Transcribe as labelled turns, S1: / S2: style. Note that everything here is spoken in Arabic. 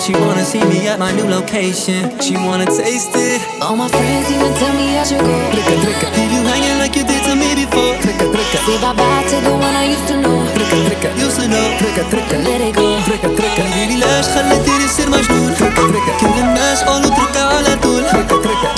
S1: she wanna see me at my new location. She wanna taste it.
S2: All my friends even tell me I should go.
S1: Dricka, dricka. Leave you hanging like you did to me before. Dricka, dricka.
S2: Say bye bye to the one I used to know.
S1: Dricka, dricka. Used to know. Dricka, dricka.
S2: Let it go.
S1: Dricka, dricka. ليلي ليش خليتني نصير مجنون. دركة دركة كل الناس قالوا اتركها على طول. دركة دركة